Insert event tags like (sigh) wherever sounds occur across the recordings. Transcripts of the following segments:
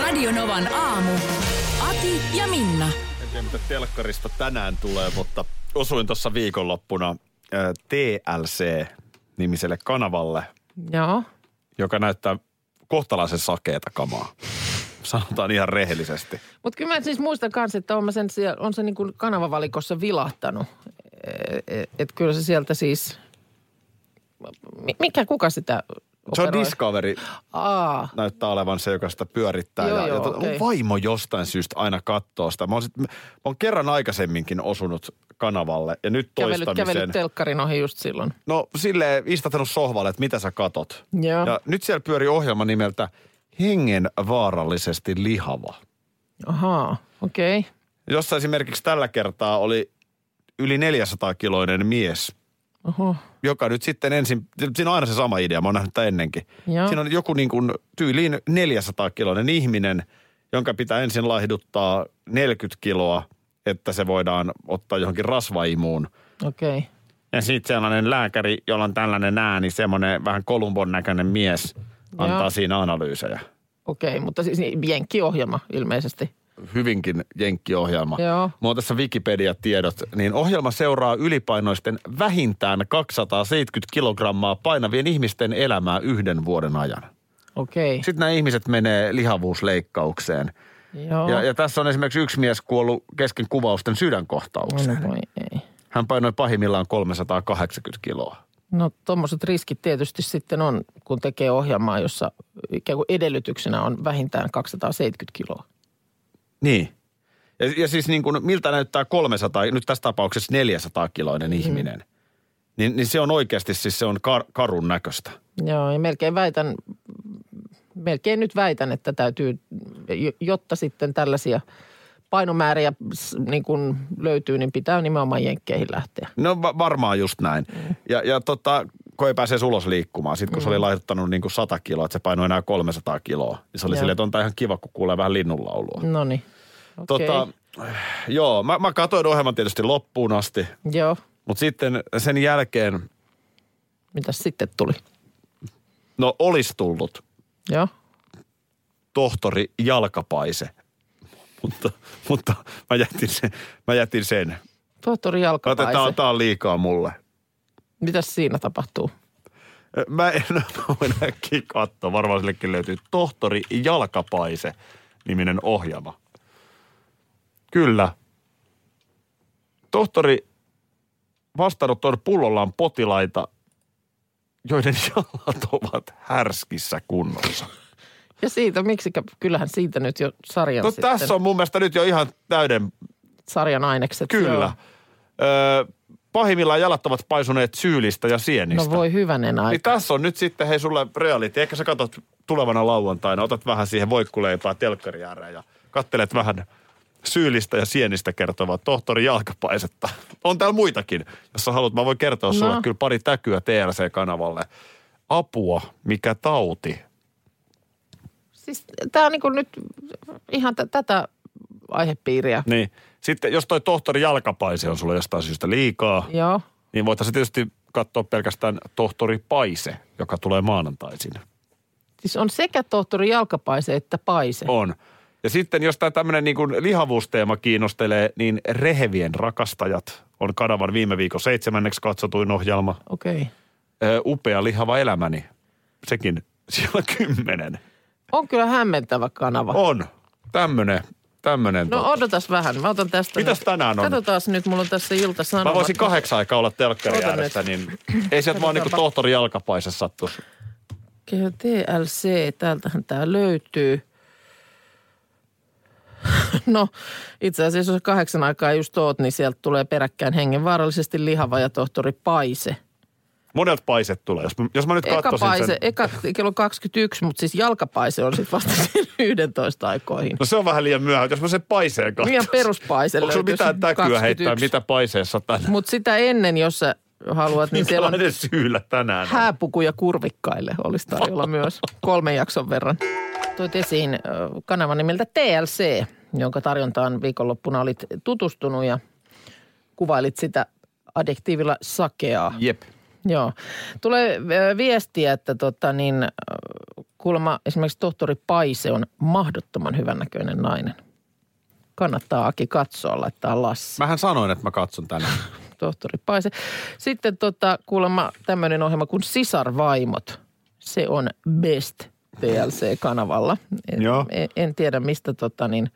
Radionovan aamu. Ati ja Minna. En tiedä, mitä telkkarista tänään tulee, mutta osuin tuossa viikonloppuna äh, TLC-nimiselle kanavalle, Joo. joka näyttää kohtalaisen sakeeta kamaa. Sanotaan ihan rehellisesti. Mutta kyllä mä siis muistan kanssa, että on, mä sen, siellä- on se niin kuin kanavavalikossa vilahtanut. Että et kyllä se sieltä siis... Mi- Mikä, kuka sitä Se on operoi? Discovery, Aa, näyttää olevan se, joka sitä pyörittää. Joo, ja, ja joo, tota- okei. mun vaimo jostain syystä aina katsoo sitä. Mä oon, sit, mä oon kerran aikaisemminkin osunut kanavalle ja nyt kävelyt, toistamiseen. kävelyt telkkarin ohi just silloin. No silleen istahtanut sohvalle, että mitä sä katot. Joo. Ja nyt siellä pyöri ohjelma nimeltä Hengen vaarallisesti lihava. Ahaa, okei. Okay. Jossa esimerkiksi tällä kertaa oli yli 400-kiloinen mies, Oho, joka nyt sitten ensin, siinä on aina se sama idea, mä oon nähnyt tämän ennenkin. Joo. Siinä on joku niin kuin tyyliin 400-kiloinen ihminen, jonka pitää ensin laihduttaa 40 kiloa, että se voidaan ottaa johonkin rasvaimuun. okei. Okay. Ja sitten sellainen lääkäri, jolla on tällainen ääni, semmoinen vähän Kolumbon näköinen mies, antaa Joo. siinä analyysejä. Okei, okay, mutta siis niin, jenkkiohjelma ilmeisesti. Hyvinkin jenkkiohjelma. Joo. Mulla on tässä Wikipedia-tiedot, niin ohjelma seuraa ylipainoisten vähintään 270 kilogrammaa painavien ihmisten elämää yhden vuoden ajan. Okei, Sitten nämä ihmiset menee lihavuusleikkaukseen. okay. joo. Ja, ja tässä on esimerkiksi yksi mies kuollut kesken kuvausten sydänkohtaukseen. no, voi ei. Hän painoi pahimmillaan 380 kiloa. No tuommoiset riskit tietysti sitten on, kun tekee ohjelmaa, jossa ikään kuin edellytyksenä on vähintään 270 kiloa. Niin. Ja, ja siis niin kuin, miltä näyttää 300, nyt tässä tapauksessa 400-kiloinen Mm. ihminen. Niin, niin se on oikeasti siis se on kar, karun näköistä. Joo, ja melkein väitän, melkein nyt väitän, että täytyy, jotta sitten tällaisia painomääriä s- niin kuin löytyy, niin pitää nimenomaan jenkkeihin lähteä. No va- varmaan just näin. Mm. Ja, ja tota, kun ei pääse ulos liikkumaan, sitten kun se oli laihduttanut niin kuin 100 kiloa, että se painoi enää 300 kiloa, niin se oli Joo. silleen, että on tää ihan kiva, kun kuulee vähän linnunlaulua. No niin, okei. Tota, joo, mä, mä katsoin ohjelman tietysti loppuun asti, Joo, mutta sitten sen jälkeen, mitä sitten tuli? no olisi tullut Joo, tohtori Jalkapaise. Mutta, mutta mä, jätin sen, mä jätin sen. tohtori Mä ajattelin, että tää on- jalkapaise. tää on liikaa mulle. Mitäs siinä tapahtuu? Mä en voi näkkiä katsoa. Varmaan sillekin löytyy tohtori Jalkapaise niminen ohjelma. Kyllä. Tohtori vastaanottoon pullollaan potilaita, joiden jalat ovat härskissä kunnossa. Ja siitä, miksikä, kyllähän siitä nyt jo sarjan No, sitten, tässä on mun mielestä nyt jo ihan täyden sarjan ainekset. Kyllä. joo. No Öö, pahimmillaan jalat ovat paisuneet syylistä ja sienistä. No voi hyvänen Niin aika. tässä on nyt sitten hei sulle reality. Ehkä sä katot tulevana lauantaina, otat vähän siihen voikkuleipää telkkari ääreen ja kattelet vähän syyllistä ja sienistä kertovaa tohtori jalkapaisetta. On täällä muitakin, jos sä haluat. Mä voin kertoa no. sulle No. kyllä pari täkyä TLC-kanavalle. Apua, mikä tauti. Siis tämä on niinku nyt ihan t- tätä aihepiiriä. Niin. Sitten jos toi tohtori jalkapaise on sulle jostain syystä liikaa, Joo. Niin voitaisiin tietysti katsoa pelkästään tohtori Paise, joka tulee maanantaisin. Siis on sekä tohtori Jalkapaise että Paise. On. Ja sitten jos tämä tämmöinen niin kuin lihavuusteema kiinnostelee, niin Rehevien rakastajat on kanavan viime viikon seitsemänneksi katsotuin ohjelma. Okei. Okay. Ö, upea lihava elämäni, sekin siellä kymmenen. On kyllä hämmentävä kanava. On. Tämmönen, tämmönen. No tota. odotas vähän. Mä otan tästä. Mitäs nyt- tänään on? Katsotaas nyt, mulla on tässä ilta sanomat. Mä voisin kahdeksan aikaa olla telkkari Oota ääressä, nyt. niin ei sieltä vaan niin kuin Katsotaanpa. tohtori jalkapaise sattuisi. Keho TLC, täältähän tämä löytyy. (laughs) No, itse asiassa jos kahdeksan aikaa just oot, niin sieltä tulee peräkkäin hengenvaarallisesti lihava ja tohtori Paise. Monelta paiset tulee. Jos, mä- jos mä nyt Eka katsoisin paise, sen. eka kello 21, mutta siis jalkapaise on sitten vasta (laughs) sen 11 aikoihin. No se on vähän liian myöhä, jos mä sen paiseen katsoisin. Ihan peruspaise Onko sulla löytyisi mitään täkyä 21. heittää, mitä paiseessa tänään? Mutta sitä ennen, jos sä (laughs) haluat, niin siellä on Minkälainen syylä tänään on? hääpukuja kurvikkaille olisi (laughs) tarjolla myös kolmen jakson verran. Toit esiin ö, kanavan nimeltä TLC, jonka tarjontaan viikonloppuna olit tutustunut ja kuvailit sitä adjektiivilla sakeaa. Jep. Joo. Tulee ö, viestiä, että tota niin, ö, kuulemma esimerkiksi tohtori Paise on mahdottoman hyvännäköinen nainen. Kannattaa Aki katsoa, laittaa Lassi. Mähän sanoin, että mä katson tänään. Tohtori Paise. Sitten tota, kuulemma tämmöinen ohjelma kuin Sisarvaimot. Se on Best TLC-kanavalla. En, Joo. en, en tiedä, mistä, tota, niin,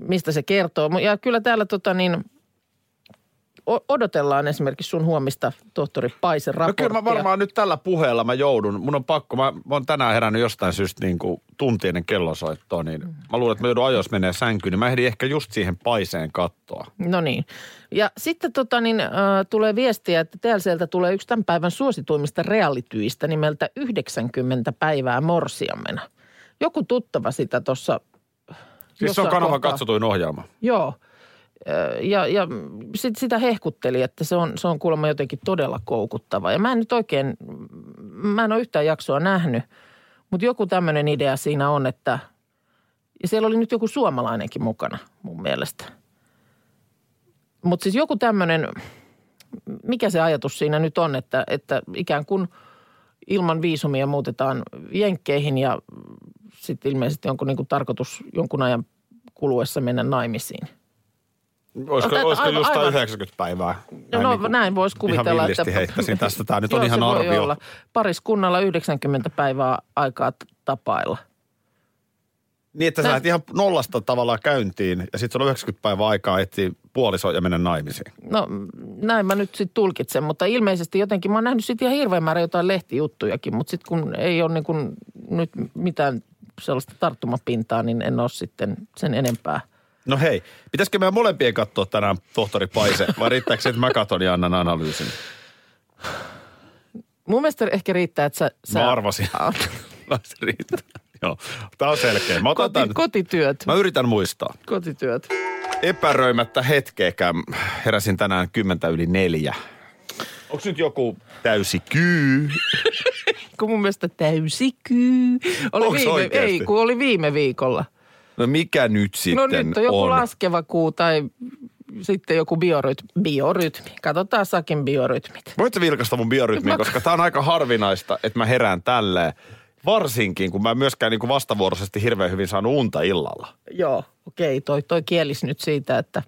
mistä se kertoo. Mu- Ja kyllä täällä tota, niin, o- odotellaan esimerkiksi sun huomista tohtori Paisen No raporttia. kyllä (laughs) mä varmaan nyt tällä puheella mä joudun. Mun on pakko, mä, mä oon tänään herännyt jostain syystä niin kuin tunti ennen kellosoittoa, niin mä luulen, että mä joudun ajoissa menee sänkyyn, niin mä ehdin ehkä just siihen paiseen kattoa. No niin. Ja sitten tota, niin, äh, tulee viestiä, että TLCltä tulee yksi tämän päivän suosituimmista realityistä nimeltä 90 päivää morsiamena. Joku tuttava sitä tuossa Siis se on jossain kanavan kohtaa- katsotuin ohjelma. Joo. Ö, Ja, ja sit sitä hehkutteli, että se on, se on kuulemma jotenkin todella koukuttava. Ja mä en nyt oikein, mä en ole yhtään jaksoa nähnyt, mutta joku tämmöinen idea siinä on, että ja siellä oli nyt joku suomalainenkin mukana mun mielestä. Mutta siis joku tämmöinen, mikä se ajatus siinä nyt on, että, että ikään kuin ilman viisumia muutetaan jenkkeihin ja sitten ilmeisesti onko niinku tarkoitus jonkun ajan kuluessa mennä naimisiin. Olisiko, Otetaan- olisiko aivan- just tää aivan. 90 päivää? niinku No, no näin voisi niin Ihan kuvitella. villisti heittäisin tästä. Tämä nyt on Joo, ihan se voi arvio. olla. Pariskunnalla 90 päivää aikaa t- tapailla. Niin, että sä Mä- lähdet ihan nollasta tavallaan käyntiin ja sitten sulla on 90 päivää aikaa etsiä puoliso ja mennä naimisiin. No mm, näin mä nyt sitten tulkitsen, mutta ilmeisesti jotenkin mä oon nähnyt sitten ihan hirveän määrä jotain lehtijuttujakin, mutta sitten kun ei ole niin kun nyt mitään sellaista tarttumapintaa, niin en ole sitten sen enempää. No hei, pitäisikö meidän molempien katsoa tänään tohtori Paise vai riittääkö se, että mä katon ja annan analyysin? Mun mielestä ehkä riittää, että sä... sä Mä arvasin. No se riittää. Joo, tää on selkeä. Mä otan (laughs) Koti, tämän. kotityöt. Mä yritän muistaa. Kotityöt. Epäröimättä hetkeäkään heräsin tänään kymmentä yli neljä. Onko nyt joku täysi kyy? Kun mun mielestä täysikyy. Oli Onks viime, oikeesti? ei, kun oli viime viikolla. No mikä nyt sitten No nyt on joku on? laskeva kuu tai sitten joku biorytmi. biorytmi. Katsotaan Sakin biorytmit. Voitko vilkaista mun biorytmiä, Mä- koska tää on aika harvinaista, että mä herään tälleen. Varsinkin, kun mä en myöskään niin kuin vastavuoroisesti hirveän hyvin saanut unta illalla. Joo, okei. Toi, toi kielis nyt siitä, että,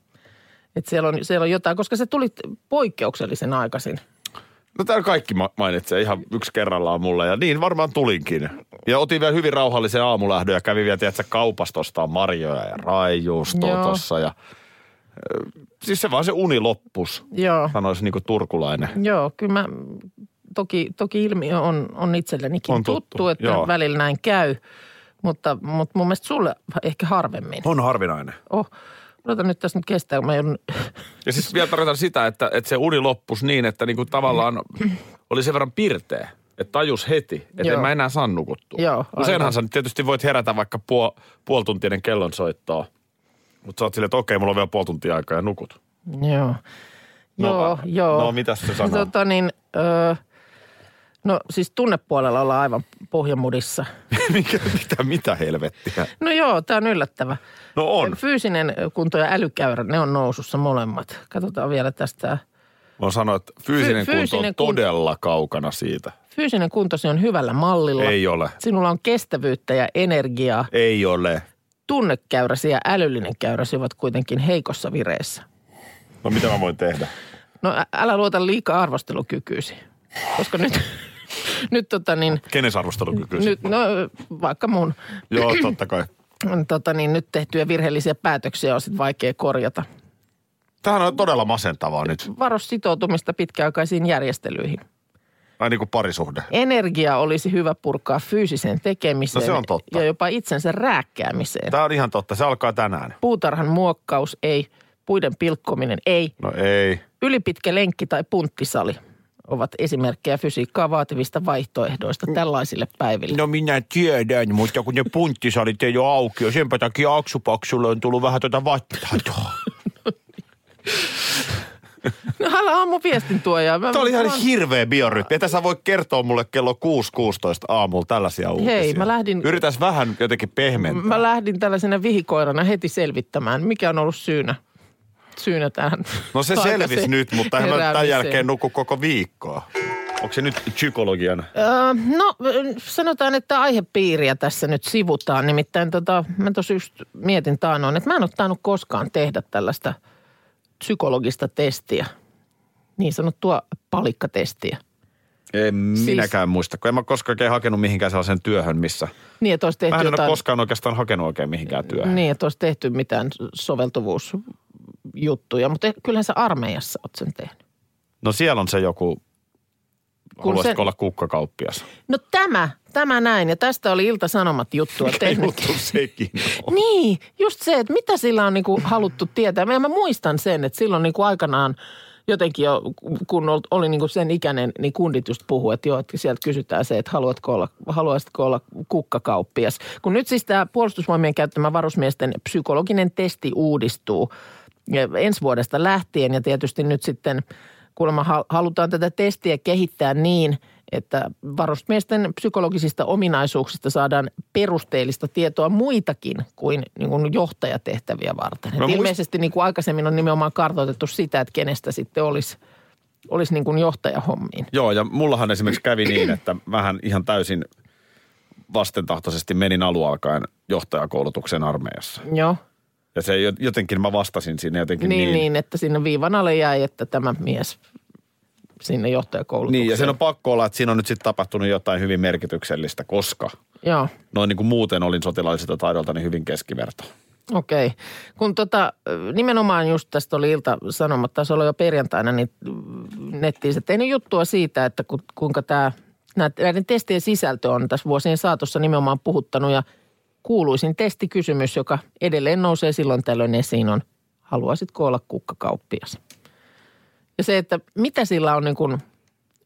että siellä, on, siellä on jotain, koska se tuli poikkeuksellisen aikaisin. No täällä kaikki ma- mainitsee ihan yksi kerrallaan mulle ja niin varmaan tulinkin. Ja otin vielä hyvin rauhallisen aamulähdön ja kävin vielä, tiedätkö, kaupasta ostaa marjoja ja raijuustoa Joo. tossa ja... ö, Siis se vaan se uni loppus, Joo, sanoisi niinku turkulainen. joo kyllä mä, toki, toki ilmiö on, on itsellenikin On tuttu, että joo. välillä näin käy. Mutta, mutta mun mielestä sulle ehkä harvemmin. On harvinainen. Oh, odota nyt tässä nyt kestää, kun mä joudun Ja siis vielä tarkoitan sitä, että, että se uni loppus niin, että niinku tavallaan oli sen verran pirteä, että tajus heti, että en Joo. mä enää saa nukuttua. Joo, Useinhan aivan. sä nyt tietysti voit herätä vaikka puol, puoli tuntinen kellon soittaa, mutta sä oot silleen, että okei, mulla on vielä puoli tuntia aikaa ja nukut. (laughs) Joo. No, joo, a- joo. no, mitäs se sanoo? Tota niin, öö, no siis tunnepuolella ollaan aivan pohjamudissa. Mikä, mitä, mitä helvettiä? No joo, tämä on yllättävä. No on. Fyysinen kunto ja älykäyrä, ne on nousussa molemmat. Katsotaan vielä tästä. Mä sanoin, että fyysinen, Fy- kunto on fyysinen kun- todella kaukana siitä. Fyysinen kuntosi on hyvällä mallilla. Ei ole. Sinulla on kestävyyttä ja energiaa. Ei ole. Tunnekäyräsi ja älyllinen käyräsi ovat kuitenkin heikossa vireessä. No mitä mä voin tehdä? No ä- älä luota liikaa arvostelukykyysi, koska nyt, (laughs) nyt tota niin, Kenes arvostelukyky? nyt, no vaikka mun, Joo, totta kai. tota niin, nyt tehtyjä virheellisiä päätöksiä on sitten vaikea korjata. Tämähän on todella masentavaa nyt. Varo sitoutumista pitkäaikaisiin järjestelyihin. Ai niin kuin parisuhde. Energia olisi hyvä purkaa fyysiseen tekemiseen No se on totta. ja jopa itsensä rääkkäämiseen. Tämä on ihan totta. Se alkaa tänään. Puutarhan muokkaus ei, puiden pilkkominen ei, No ei. ylipitkä lenkki tai punttisali ovat esimerkkejä fysiikkaa vaativista vaihtoehdoista tällaisille päiville. No minä tiedän, mutta kun ne punttisalit ei ole auki, ja senpä takia Aksupaksulle on tullut vähän tuota (laughs) vattatoa. No älä aamu viestin tuoja. Mä, Tämä oli ihan mä- hirveä biorytmi. Ei tässä voi kertoa mulle kello 6.16 aamulla tällaisia uutisia. mä lähdin- Yritäs vähän jotenkin pehmentää. Mä lähdin tällaisena vihikoirana heti selvittämään, mikä on ollut syynä, syynä tähän. No (laughs) se aikaiseen selvisi nyt, mutta eihän mä tämän heräämiseen. jälkeen nuku koko viikkoa. Onko se nyt psykologian? Öö, no sanotaan, että aihepiiriä tässä nyt sivutaan. Nimittäin tota, mä tuossa just mietin taanoin, että mä en ole tainnut koskaan tehdä tällaista psykologista testiä. Niin sanottua palikkatestiä. En siis... Siis- minäkään muista, kun en mä koskaan oikein hakenut mihinkään sellaiseen työhön, missä... Niin, että olisi tehty Mä en ole jotain, koskaan oikeastaan hakenut oikein mihinkään työhön. niin, että olisi tehty mitään soveltuvuusjuttuja. Mutta eh, kyllähän sä armeijassa oot sen tehnyt. No siellä on se joku, haluaisitko sen- olla kukkakauppias? (laughs) No tämä, tämä näin. Ja tästä oli Ilta-Sanomat juttua tehnyt. Juttu sekin on. Niin, just se, että mitä sillä on niinku haluttu tietää. Ja mä muistan sen, että silloin niinku aikanaan jotenkin jo, kun ol- oli niinku sen ikäinen, niin kundit just puhui, että joo, että sieltä kysytään se, että haluatko olla, haluaisitko olla kukkakauppias. Kun nyt siis tämä puolustusvoimien käyttämä varusmiesten psykologinen testi uudistuu ja ensi vuodesta lähtien ja tietysti nyt sitten kuulemma hal- halutaan tätä testiä kehittää niin, että varusmiesten psykologisista ominaisuuksista saadaan perusteellista tietoa muitakin kuin, niin kuin johtajatehtäviä varten. Mä No, muist- ilmeisesti niin kuin aikaisemmin on nimenomaan kartoitettu sitä, että kenestä sitten olisi, olisi niin kuin johtajahommiin. (laughs) Joo, ja mullahan esimerkiksi kävi niin, että mähän ihan täysin vastentahtoisesti menin alualkaen johtajakoulutuksen armeijassa. Joo, Ja se jo- jotenkin mä vastasin sinne jotenkin niin, niin, niin että sinne viivan alle jäi, että tämä mies sinne johtajakoulutukseen. Niin, ja sen on pakko olla, että siinä on nyt sitten tapahtunut jotain hyvin merkityksellistä, koska Joo. noin niin kuin muuten olin sotilaallisilta taidoilta niin hyvin keskiverto. Okei. Kun tota, nimenomaan just tästä oli ilta sanomatta, taisi olla jo perjantaina, niin nettiin se tehnyt juttua siitä, että ku, kuinka tämä, näiden testien sisältö on tässä vuosien saatossa nimenomaan puhuttanut ja kuuluisin testikysymys, joka edelleen nousee silloin tällöin esiin on, haluaisitko olla kukkakauppias? Ja se, että mitä sillä on, niin kuin,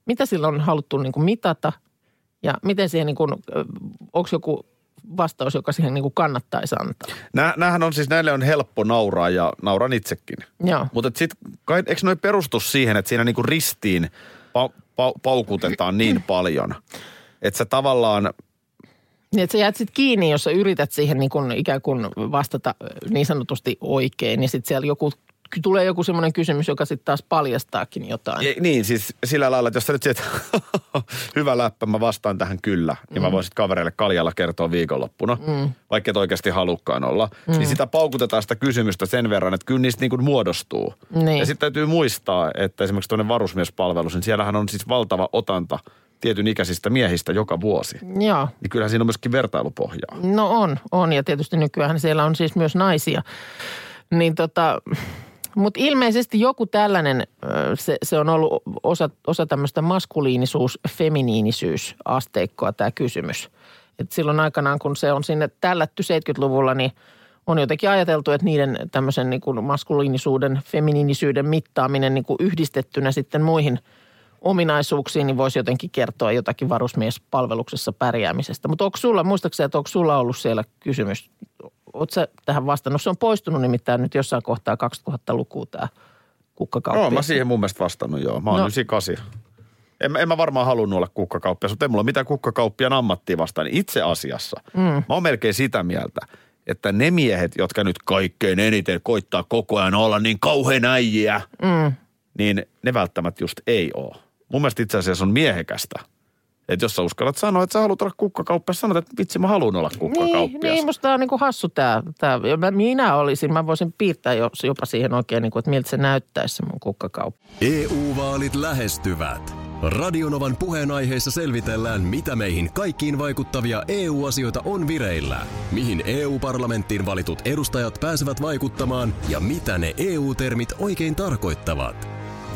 mitä sillä on haluttu niin kuin mitata ja miten siihen, niin kuin, onko joku vastaus, joka siihen niin kuin kannattaisi antaa? Nä, näähän on siis, näille on helppo nauraa ja nauran itsekin. Joo. Mutta sitten, eikö noi perustu siihen, että siinä niinku ristiin pa, pa, paukutetaan niin paljon, että sä tavallaan, Niin, että sä jäät sit kiinni, jos sä yrität siihen niin kun ikään kuin vastata ö, niin sanotusti oikein. Ja sitten siellä joku, tulee joku semmoinen kysymys, joka sitten taas paljastaakin jotain. Ei, niin siis sillä lailla, että jos sä nyt sieltä, (laughs) hyvä läppä, mä vastaan tähän kyllä, niin mä voin sitten kavereille kaljalla kertoa viikonloppuna, vaikka et oikeasti halukkaan olla, niin sitä paukutetaan sitä kysymystä sen verran, että kyllä niistä niinku muodostuu. Niin. Ja sitten täytyy muistaa, että esimerkiksi tuonne varusmiespalvelus, niin siellähän on siis valtava otanta tietyn ikäisistä miehistä joka vuosi. Joo. Niin kyllähän siinä on myöskin vertailupohjaa. No on, on. Ja tietysti nykyään siellä on siis myös naisia. Niin tota, mutta ilmeisesti joku tällainen, ö, se, se on ollut osa, osa tämmöistä maskuliinisuus-feminiinisyys-asteikkoa tämä kysymys. Et silloin aikanaan, kun se on sinne tällätty 70-luvulla, niin on jotenkin ajateltu, että niiden tämmöisen niin kuin maskuliinisuuden, feminiinisyyden mittaaminen niin kuin yhdistettynä sitten muihin ominaisuuksiin, niin voisi jotenkin kertoa jotakin varusmiespalveluksessa pärjäämisestä. Mutta onko sulla, muistaakseni, että onko sulla ollut siellä kysymys? Oletko sä tähän vastannut? Se on poistunut nimittäin nyt jossain kohtaa 2000-lukua tämä kukkakauppi. Joo, mä siis siihen mun mielestä vastannut, joo. Mä oon No. 98. En, mä- en mä varmaan halunnut olla kukkakauppias, mutta ei mulla mitään kukkakauppian ammattia vastaan. Itse asiassa mm. mä oon melkein sitä mieltä, että ne miehet, jotka nyt kaikkein eniten koittaa koko ajan olla niin kauhean äijiä, mm. niin ne välttämättä just ei oo. Mun mielestä itse asiassa on miehekästä. Että jos sä uskallat sanoa, että sä haluat olla kukkakauppias, sanot, että vitsi mä haluan olla kukkakauppias. Niin, niin musta tää on niinku hassu tämä. Tää. ja mä- Minä olisin, mä voisin piirtää jo, jopa siihen oikein, niinku, että miltä se näyttäisi se mun kukkakauppi. EU-vaalit E lähestyvät. Radionovan puheenaiheessa selvitellään, mitä meihin kaikkiin vaikuttavia EU-asioita on vireillä, mihin EU-parlamenttiin valitut edustajat pääsevät vaikuttamaan ja mitä ne EU-termit oikein tarkoittavat.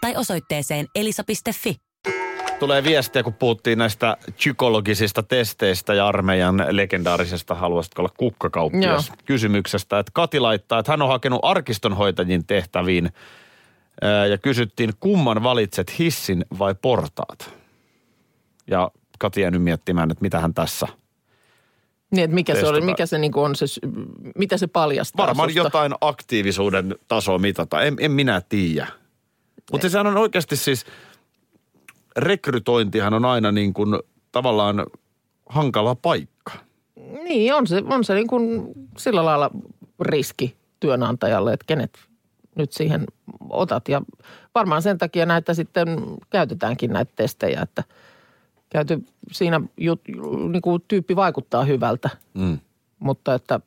tai osoitteeseen elisa.fi. Tulee viestiä, kun puhuttiin näistä psykologisista testeistä ja armeijan legendaarisesta haluaisitko olla kukkakauppias kysymyksestä. Että Kati laittaa, että hän on hakenut arkistonhoitajin tehtäviin ää, ja kysyttiin, kumman valitset hissin vai portaat? Ja Kati jäänyt miettimään, että mitä hän tässä. Niin, että mikä se Testata. oli, mikä se niinku on se, sy- mitä se paljastaa Varmaan susta? jotain aktiivisuuden tasoa mitata. En, en minä tiedä. Mutta sehän on oikeasti siis, rekrytointihan on aina niin kuin tavallaan hankala paikka. Niin, on se, on se niin kuin sillä lailla riski työnantajalle, että kenet nyt siihen otat. Ja varmaan sen takia näitä sitten käytetäänkin näitä testejä, että käyty siinä jut, niin kuin tyyppi vaikuttaa hyvältä, Mm. mutta että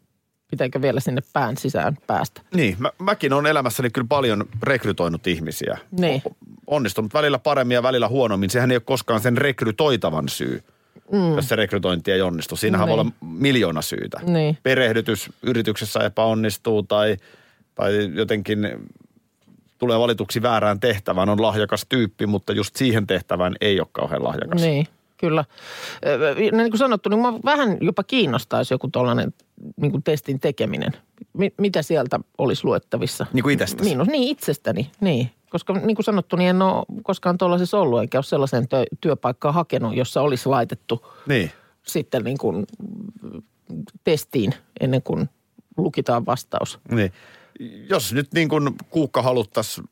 pitääkö vielä sinne pään sisään päästä. Niin, mä, mäkin olen elämässäni kyllä paljon rekrytoinut ihmisiä. Niin, Onnistunut välillä paremmin ja välillä huonommin. Sehän ei ole koskaan sen rekrytoitavan syy, mm. jos se rekrytointi ei onnistu. Siinähän Niin. voi olla miljoona syytä. Niin. Perehdytys yrityksessä epäonnistuu tai, tai jotenkin tulee valituksi väärään tehtävään. On lahjakas tyyppi, mutta just siihen tehtävään ei ole kauhean lahjakas. niin, kyllä. Ö, Niin kuin sanottu, niin mua vähän jopa kiinnostaisi joku tuollainen niin kuin testin tekeminen. Mi- mitä sieltä olisi luettavissa? Niin kuin itsestäsi. Miinus, niin itsestäni, niin. Koska niin kuin sanottu, niin en ole koskaan tuollaisessa ollut, enkä ole sellaisen tö- työpaikkaa hakenut, jossa olisi laitettu niin. sitten niin kuin mm, testiin ennen kuin lukitaan vastaus. Niin. Jos nyt niin kuin Kuukka haluttaisiin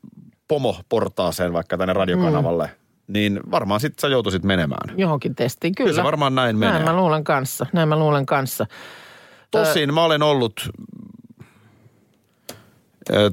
pomoportaaseen vaikka tänne radiokanavalle, mm. niin varmaan sit sä joutuisit menemään. Johonkin testiin, kyllä. Kyllä se varmaan näin menee. Näin mä luulen kanssa, näin mä luulen kanssa. Tosin mä olen ollut ö,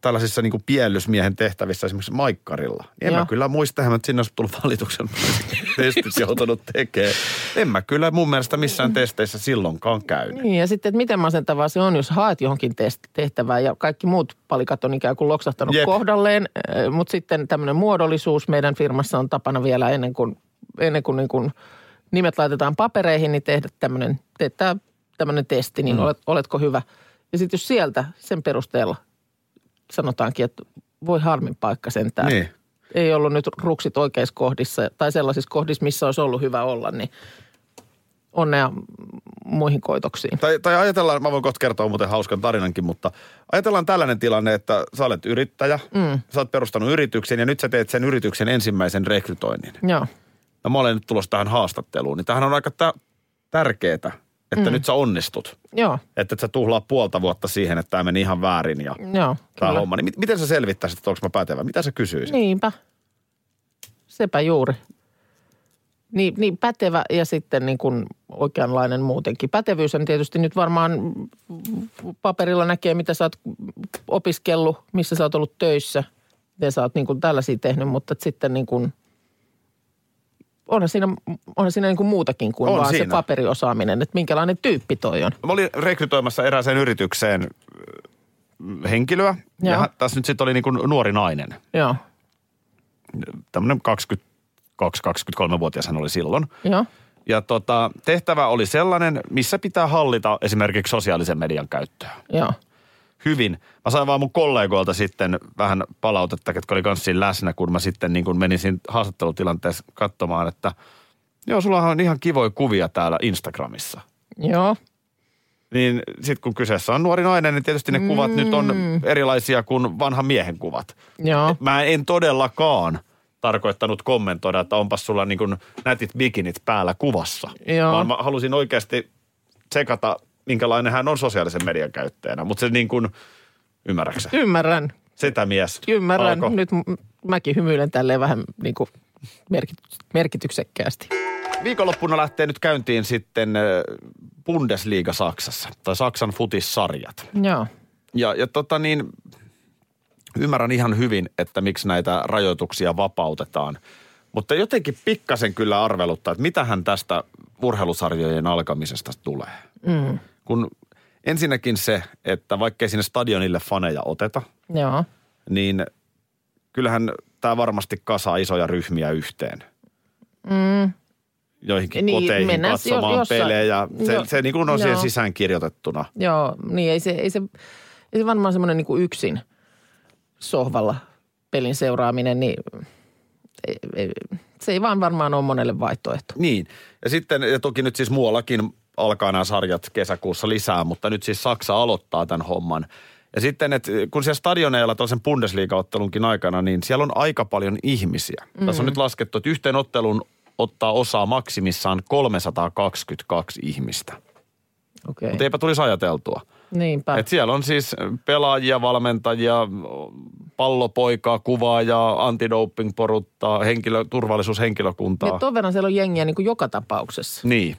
tällaisissa niin kuin piellysmiehen tehtävissä esimerkiksi Maikkarilla. Niin En Joo. mä kyllä muista, että sinne olisi tullut valituksen (laughs) testit joutunut tekemään. En mä kyllä mun mielestä missään testeissä silloinkaan käynyt. Niin ja sitten, että miten masentavaa se on, jos haet johonkin test- tehtävään ja kaikki muut palikat on ikään kuin loksahtanut Jep. Jep. kohdalleen. äh, Mutta sitten tämmöinen muodollisuus meidän firmassa on tapana vielä ennen kuin, ennen kuin, niin kuin nimet laitetaan papereihin, niin tehdä tämmöinen, teettää tämmöinen testi, Mm. niin olet, oletko hyvä. Ja sitten jos sieltä sen perusteella sanotaankin, että voi harmin paikka sentään. Niin. Ei ollut nyt ruksit oikeissa kohdissa tai sellaisissa kohdissa, missä olisi ollut hyvä olla, niin onnea muihin koitoksiin. Tai, tai ajatellaan, mä voin kohta kertoa muuten hauskan tarinankin, mutta ajatellaan tällainen tilanne, että sä olet yrittäjä, mm. sä oot perustanut yrityksen ja nyt sä teet sen yrityksen ensimmäisen rekrytoinnin. Joo. No mä olen nyt tulossa tähän haastatteluun, niin tähän on aika tä- tärkeetä, että mm. nyt sä onnistut. Joo, Että et sä tuhlaa puolta vuotta siihen, että tämä meni ihan väärin ja joo. tämä kyllä. Niin. homma. Niin mit- miten sä selvittäisit, että onko mä pätevä? Mitä sä kysyisit? Niinpä. Sepä juuri. Niin, niin pätevä ja sitten niin kuin oikeanlainen muutenkin. Pätevyys on tietysti nyt varmaan paperilla näkee, mitä sä oot opiskellut, missä sä oot ollut töissä. Ja sä oot niin kuin tällaisia tehnyt, mutta et sitten niin kuin, onhan siinä, onhan siinä niin kuin muutakin kuin On vaan siinä. se paperiosaaminen, että minkälainen tyyppi toi on. Mä olin rekrytoimassa erääseen yritykseen äh, henkilöä. Ja, Joo. hän- tässä nyt sitten oli niin kuin nuori nainen. Joo, Tämmöinen 22-23-vuotias hän oli silloin. joo, Ja tota, tehtävä oli sellainen, missä pitää hallita esimerkiksi sosiaalisen median käyttöä. joo, Hyvin. Mä sain vaan mun kollegoilta sitten vähän palautetta, ketkä oli kanssa siinä läsnä, kun mä sitten niin kun menin siinä haastattelutilanteessa katsomaan, että joo, sullahan on ihan kivoja kuvia täällä Instagramissa. joo. Niin sitten kun kyseessä on nuori nainen, niin tietysti ne mm. kuvat nyt on erilaisia kuin vanhan miehen kuvat. Joo. Mä en todellakaan tarkoittanut kommentoida, että onpas sulla niin kuin nätit bikinit päällä kuvassa. Joo. Vaan mä halusin oikeasti tsekata, minkälainen hän on sosiaalisen median käyttäjänä. Mutta se niin kuin, ymmärräksä, Ymmärrän, sitä mies. Ymmärrän. alkoi. Nyt m- mäkin hymyilen tälleen vähän niin kuin merkit- merkityksekkäästi. Viikonloppuna lähtee nyt käyntiin sitten äh, ö, Bundesliga Saksassa, tai Saksan futissarjat. Joo. Ja, ja tota niin, ymmärrän ihan hyvin, että miksi näitä rajoituksia vapautetaan. Mutta jotenkin pikkasen kyllä arveluttaa, että mitähän tästä urheilusarjojen alkamisesta tulee. Mm. Kun ensinnäkin se, että vaikkei sinne stadionille faneja oteta, Joo. niin kyllähän tämä varmasti kasaa isoja ryhmiä yhteen. Mm. Joihinkin Niin, niin, koteihin mennään katsomaan jo- jo, jossain- pelejä. Se, jo- se niin kuin on siihen joo. sisään kirjoitettuna. Joo, niin ei se, ei se, ei se varmaan semmoinen niin kuin yksin sohvalla pelin seuraaminen, niin ei, ei, se ei vaan varmaan ole monelle vaihtoehto. Niin. Ja sitten, ja toki nyt siis muuallakin alkaa nämä sarjat kesäkuussa lisää, mutta nyt siis Saksa aloittaa tämän homman. Ja sitten, että kun siellä stadioneilla toisen Bundesliga-ottelunkin aikana, niin siellä on aika paljon ihmisiä. Mm. Tässä on nyt laskettu, että yhteen otteluun ottaa osaa maksimissaan 322 ihmistä. Okei, Mutta eipä tulisi ajateltua. niinpä. Et siellä on siis pelaajia, valmentajia, pallopoikaa, kuvaajaa, antidoping-poruttaa, henkilö, turvallisuushenkilökuntaa. Ja ton verran siellä on jengiä niin kuin joka tapauksessa. Niin.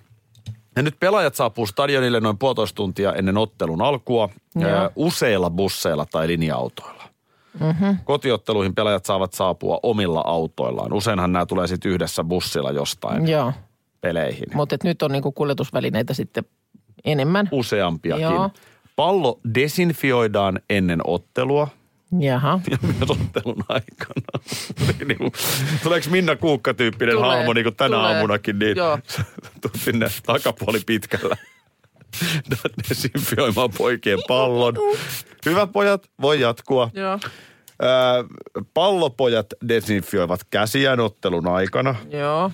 Ja nyt pelaajat saapuu stadionille noin puolitoista tuntia ennen ottelun alkua Joo. ää, useilla busseilla tai linja-autoilla. Mhm. Mm-hmm. Kotiotteluihin pelaajat saavat saapua omilla autoillaan. Useinhan nämä tulee sitten yhdessä bussilla jostain Joo, peleihin. mutta nyt on niin kuin kuljetusvälineitä sitten enemmän. Useampiakin. Joo. Pallo desinfioidaan ennen ottelua Jaha. ja (laughs) myös ottelun aikana. niin, kuin, tuleeko Minna Kuukka-tyyppinen Tulee, hahmo niin kuin tänä tulee. aamunakin, niin (laughs) Joo. tuut sinne takapuoli pitkällä (laughs) desinfioimaan poikien pallon. Hyvä pojat, voi jatkua. Joo, Öö, pallopojat desinfioivat käsiään ottelun aikana. joo.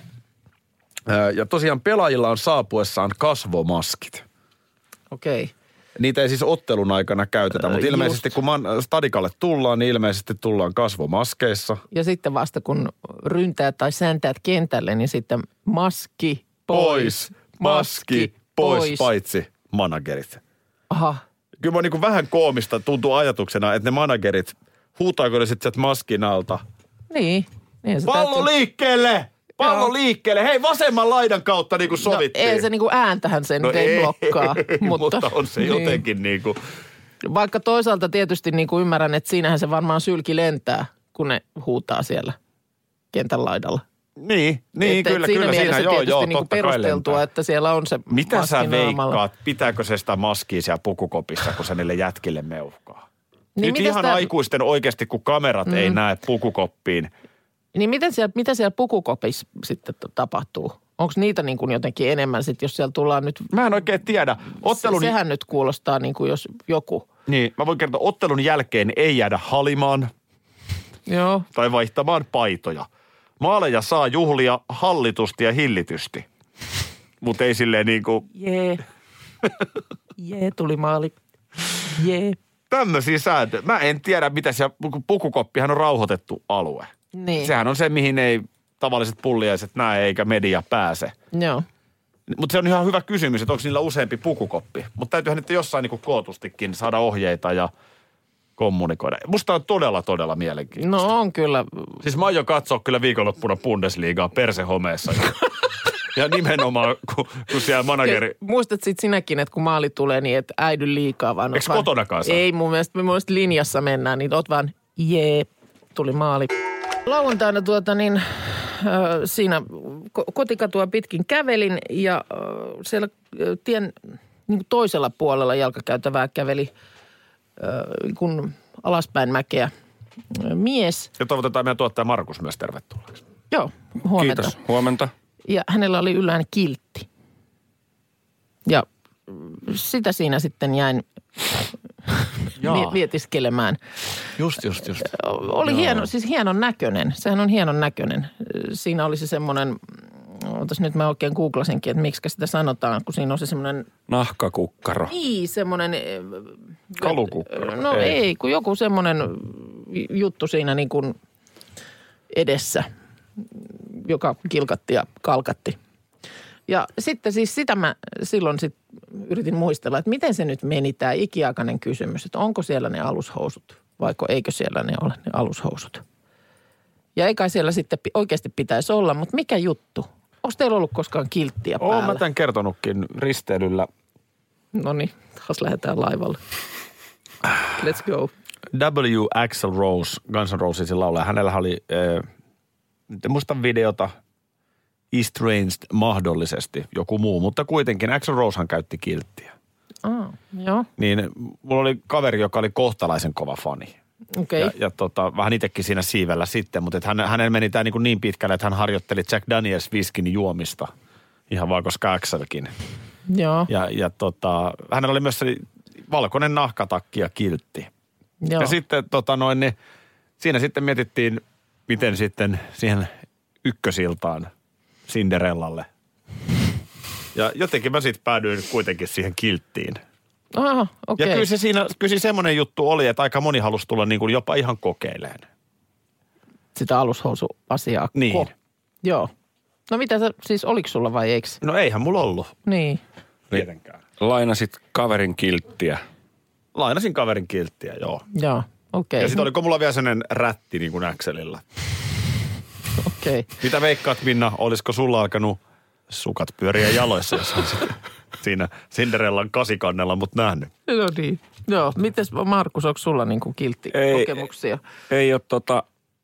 Öö, ja tosiaan pelaajilla on saapuessaan kasvomaskit. okei. Niitä ei siis ottelun aikana käytetä, mutta Öö, ilmeisesti kun man, stadikalle tullaan, niin ilmeisesti tullaan kasvomaskeissa. Ja sitten vasta kun ryntäät tai säntäät kentälle, niin sitten maski pois, pois. maski pois, pois. paitsi managerit. Aha, Kyllä mä niin vähän koomista tuntuu ajatuksena, että ne managerit, huutaako ne sitten sieltä maskin alta? niin. niin se Pallo täytyy- liikkeelle! Pallo Joo. liikkeelle! Hei, vasemman laidan kautta niin kuin No, sovittiin. ei se niinku ääntähän sen no ei blokkaa. mutta, (laughs) mutta on se jotenkin niin kuin, Niin. Vaikka toisaalta tietysti niinku ymmärrän, että siinähän se varmaan sylki lentää, kun ne huutaa siellä kentän laidalla. niin, niin Että- kyllä, että siinä kyllä, mielessä siinä, joo, tietysti joo, niinku totta kai perusteltua, lentää. että siellä on se Mitä maski sä naamalla. veikkaat, pitääkö se sitä maskia siellä pukukopissa, kun se niille jätkille meuhkaa? Niin Niin Nyt miten ihan sitä- Mm-hmm. aikuisten oikeasti, kun kamerat mm. ei näe pukukoppiin, Niin miten siellä, mitä siellä pukukopissa sitten t- tapahtuu? Onko niitä niin kuin jotenkin enemmän sitten, jos siellä tullaan nyt... Mä en oikein tiedä. Ottelun, se, sehän nyt kuulostaa niin kuin jos joku. niin, mä voin kertoa, ottelun jälkeen ei jäädä halimaan Joo. tai vaihtamaan paitoja. Maaleja saa juhlia hallitusti ja hillitysti. Mutta ei silleen niin kuin, Jee. (laughs) Jee, tuli maali. Jee. tämmöisiä sääntöjä. Mä en tiedä, mitä se, kun pukukoppihan on rauhoitettu alue. Niin. Sehän on se, mihin ei tavalliset pulliaiset näe eikä media pääse. Joo. Mutta se on ihan hyvä kysymys, että onko niillä useampi pukukoppi. Mutta täytyyhän niitä jossain niin kootustikin saada ohjeita ja kommunikoida. Musta on todella, todella mielenkiintoista. No on kyllä. Siis mä aion katsoa kyllä viikonloppuna Bundesligaa (laughs) persehomeessa. ja nimenomaan, kun, kun siellä manageri... Muistat sitten sinäkin, että kun maali tulee, niin et äidy liikaa vaan. oot Eiks vaan- kotonakaan saa? Ei mun mielestä, mun mielestä linjassa mennään, niin oot vaan jee, tuli maali. Lauantaina tuota niin, äh, siinä ko- kotikatua pitkin kävelin ja äh, siellä äh, tien niin kuin toisella puolella jalkakäytävää käveli äh, kun alaspäin mäkeä äh, mies. Ja toivotetaan meidän tuottaja Markus myös tervetulleeksi. Joo, huomenta. Kiitos. Huomenta. Ja hänellä oli yllään kiltti. Ja mm, sitä siinä sitten jäin mie- mietiskelemään. Just, just, just. O- Oli hieno, siis hienon näköinen. Sehän on hienon näköinen. Siinä oli se semmoinen, ootas nyt mä oikein googlasinkin, että miksi sitä sanotaan, kun siinä on se semmoinen, Nahkakukkaro. ei semmoinen... eh, Kalukukkaro. No ei, ei kun joku semmoinen juttu siinä niin kuin edessä, joka kilkatti ja kalkatti. Ja sitten siis sitä mä silloin sit yritin muistella, että miten se nyt meni tämä ikiaikainen kysymys, että onko siellä ne alushousut vaiko eikö siellä ne ole ne alushousut. Ja ei kai siellä sitten pi- oikeasti pitäisi olla, mutta mikä juttu? Onko teillä ollut koskaan kilttiä Oon mä päällä? tämän kertonutkin risteilyllä. No niin, taas lähdetään laivalle. Let's go. W. Axel Rose, Guns N' Rosesin laulaja, hänellä oli, äh, nyt en muista videota, Estranged mahdollisesti joku muu, mutta kuitenkin Axel Rosehan käytti kilttiä. Ah, joo, Niin mulla oli kaveri, joka oli kohtalaisen kova fani. okei. Ja, Okay. ja tota, vähän itsekin siinä siivellä sitten, mutta et hän, hänellä meni tämä niin, niin pitkälle, että hän harjoitteli Jack Daniels viskin juomista. Ihan vaan koska Axelkin. Joo, Ja, ja tota, hänellä oli myös se valkoinen nahkatakki ja kiltti. joo. Ja sitten tota noin, niin siinä sitten mietittiin, miten sitten siihen ykkösiltaan Cinderellalle. Ja jotenkin mä sitten päädyin kuitenkin siihen kilttiin. ah, Ja okei. okay. kyllä se siinä, kyllä se semmoinen juttu oli, että aika moni halusi tulla niin kuin jopa ihan kokeileen. Sitä alushousuasiaa. Niin. Ko. Joo. No mitä sä, siis oliko sulla vai eiks? No eihän mulla ollut. Niin. Tietenkään. Niin, Lainasit kaverin kilttiä. Lainasin kaverin kilttiä, joo. Joo, okei. Ja sitten oliko mulla vielä sellainen rätti niin kuin Axelilla. Okei. Mitä veikkaat, Minna, olisiko sulla alkanut sukat pyöriä jaloissa, jos olisit siinä Cinderellan kasikannella mut nähnyt? No niin. Joo, mites Markus, onko sulla niinku kiltti Ei. kokemuksia? Ei ole tota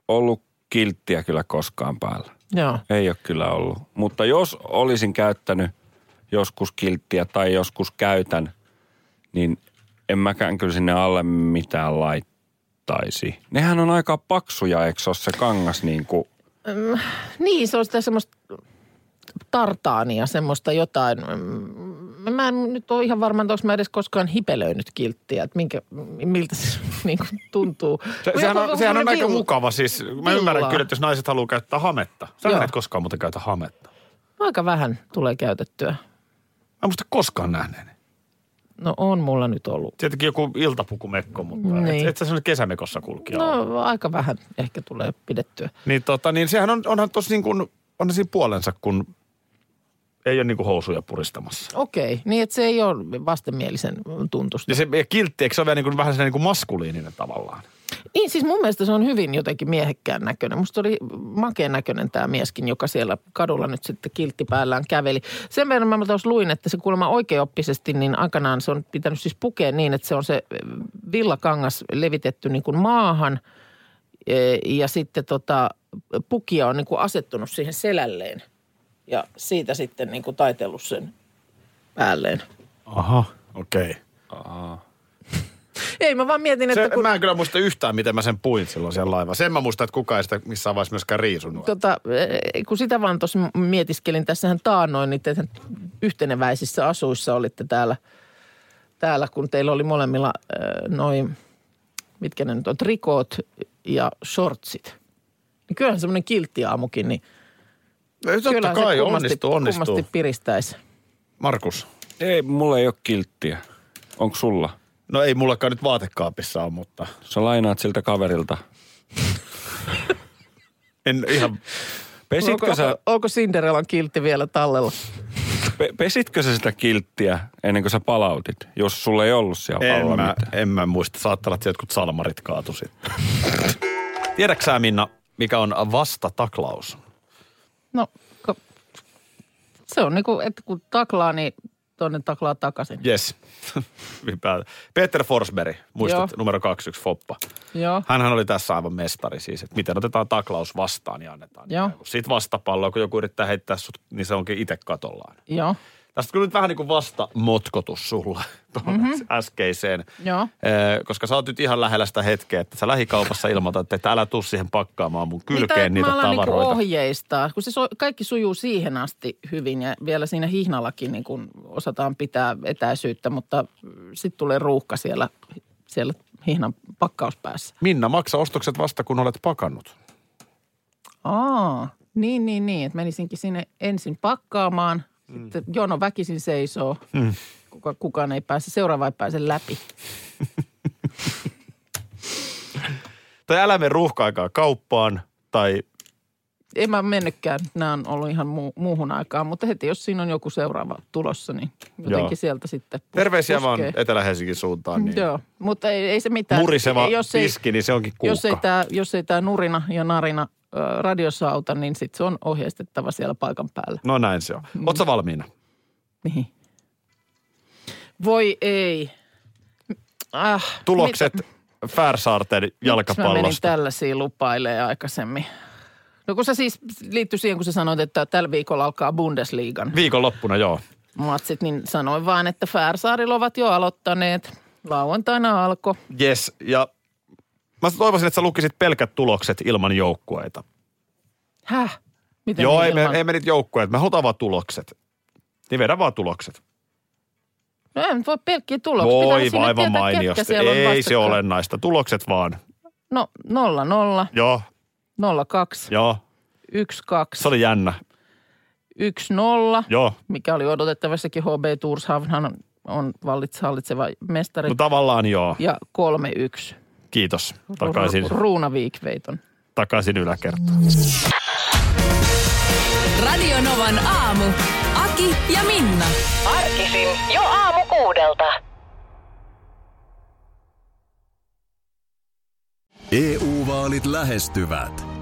ollut kilttiä kyllä koskaan päällä. Joo, Ei ole kyllä ollut. Mutta jos olisin käyttänyt joskus kilttiä tai joskus käytän, niin en mäkään kyllä sinne alle mitään laittaisi. Nehän on aika paksuja, eikö se ole se kangas niin kuin, Niin, se on sitä semmoista tartaania, semmoista jotain. Mm, Mä en nyt ole ihan varma, että onko mä edes koskaan hipelöinyt kilttiä, että minkä, miltä se (laughs) niin kuin tuntuu. Se, sehän on, sehän on aika Viulu- mukava. Siis, mä villaa. ymmärrän kyllä, että jos naiset haluaa käyttää hametta. Sä Joo. et koskaan muuten käytä hametta. Aika vähän tulee käytettyä. Mä en muista koskaan nähneeni. No on mulla nyt ollut. Tietenkin joku iltapukumekko, mutta niin. et, Niin. et sä semmoinen kesämekossa kulkija ole. No aika vähän ehkä tulee pidettyä. Niin, tota, niin sehän on, onhan tossa niin kuin, onhan siinä puolensa, kun ei ole niin kuin housuja puristamassa. Okei, niin että se ei ole vastenmielisen tuntusta. Ja se ja kiltti, eikö se ole vielä niin kuin, vähän sellainen niin kuin maskuliininen tavallaan? Niin siis mun mielestä se on hyvin jotenkin miehekkään näköinen. Musta oli makeen näköinen tämä mieskin, joka siellä kadulla nyt sitten kiltti päällään käveli. Sen verran mä taas luin, että se kuulemma oikeoppisesti, niin aikanaan se on pitänyt siis pukea niin, että se on se villakangas levitetty niin kuin maahan eh, ja sitten tota, pukia on niin kuin asettunut siihen selälleen ja siitä sitten niin kuin taitellut sen päälleen. Aha, okei. Okay. Ei, mä vaan mietin, Niin, että Se, kun... Mä en kyllä muista yhtään, miten mä sen puin silloin siellä laivassa. Sen mä muista, että kukaan ei sitä missään vaiheessa myöskään riisunut. Tota, eh, kun sitä vaan tuossa m- mietiskelin, tässähän taannoin, niin tehän yhteneväisissä asuissa olitte täällä, täällä kun teillä oli molemmilla eh, noin, mitkä ne nyt on, trikoot ja shortsit. Niin kyllähän semmoinen kiltti aamukin, niin Ei, totta kyllähän kai, se kummasti, onnistuu, onnistuu. kummasti piristäisi. Markus. ei, mulla ei ole kilttiä. Onko sulla? No ei mullakaan nyt vaatekaapissa ole, mutta Sä lainaat siltä kaverilta. en ihan... Pesitkö Onko, sä, onko Cinderellan kiltti vielä tallella? pe, pesitkö sä sitä kilttiä ennen kuin sä palautit, jos sulla ei ollut siellä En pallolla mä, mitään? en mä muista. Saattaa olla, että jotkut salmarit kaatu sitten. Tiedätkö sä, Minna, mikä on vastataklaus? No, ko- se on niin kuin, että kun taklaa, niin toinen taklaa takaisin. Yes. (laughs) Ylipäätään. Peter Forsberg, muistat, Joo. numero 21 foppa. Joo. Hänhän oli tässä aivan mestari siis, että miten otetaan taklaus vastaan ja annetaan. Joo. Sitten vastapalloa, kun joku yrittää heittää sut, niin se onkin itse katollaan. Joo. Tästä kyllä nyt vähän niin kuin vasta motkotus sulla (laughs) tuohon mm-hmm. äskeiseen. Mhm. Joo. Ee, koska sä oot nyt ihan lähellä sitä hetkeä, että sä lähikaupassa ilmoitat, että älä tuu siihen pakkaamaan mun kylkeen Mitä, niitä että Niin mä alan tavaroita. Niin ohjeistaa, kun se so, kaikki sujuu siihen asti hyvin ja vielä siinä hihnallakin niin kun osataan pitää etäisyyttä, mutta sitten tulee ruuhka siellä, siellä hihnan pakkauspäässä. Minna, maksa ostokset vasta, kun olet pakannut. Aa, niin, niin, niin, että menisinkin sinne ensin pakkaamaan, Mm. sitten jono väkisin seisoo, kuka, kukaan ei pääse, seuraava ei pääse läpi. Tai älä mene ruuhka-aikaa kauppaan, tai En mä mennytkään, nämä on ollut ihan muu, muuhun aikaan, mutta heti jos siinä on joku seuraava tulossa, niin jotenkin Joo. sieltä sitten pus- terveisiä vaan puskee. Etelä-Helsingin suuntaan. Niin. Joo, mutta ei, ei se mitään. Muriseva Ei- jos ei, piski, niin se onkin kuukka. jos ei tämä, jos ei tää nurina ja narina ö, radiossa auta, niin sitten se on ohjeistettava siellä paikan päällä. No näin se on. Oot sä valmiina? Mihin? Voi ei. Ah, Tulokset Mitä? Färsaarten Miksi mä menin jalkapallosta. tällaisia lupailee aikaisemmin? No kun se siis liittyi siihen, kun sä sanoit, että tällä viikolla alkaa Bundesliigan Viikonloppuna, joo. matsit, niin sanoin vaan, että Färsaarilla ovat jo aloittaneet. Lauantaina alkoi. Yes, ja mä toivoisin, että sä lukisit pelkät tulokset ilman joukkueita. Häh? Miten Joo, niin ei me, ilman- ei me nyt joukkueet, me halutaan vaan tulokset. Niin vedä vaan tulokset. No ei nyt voi pelkkiä tuloksia. Voi Pitäähän siinä vaiva tietää, ketkä mainiosti. siellä on Ei se vastakkain. olennaista. Tulokset vaan. No nolla nolla, Joo, nolla kaksi, joo. yksi kaksi, Se oli jännä. yksi nolla, Joo. mikä oli odotettavissakin. HB Turshavnhan on- on vallits- hallitseva mestari. No tavallaan joo. ja kolme yksi. Kiitos. Takaisin, Ruuna Viikveiton. takaisin yläkertaan. Radio Novan aamu. Aki ja Minna. Arkisin jo aamu kuudelta. EU-vaalit E lähestyvät.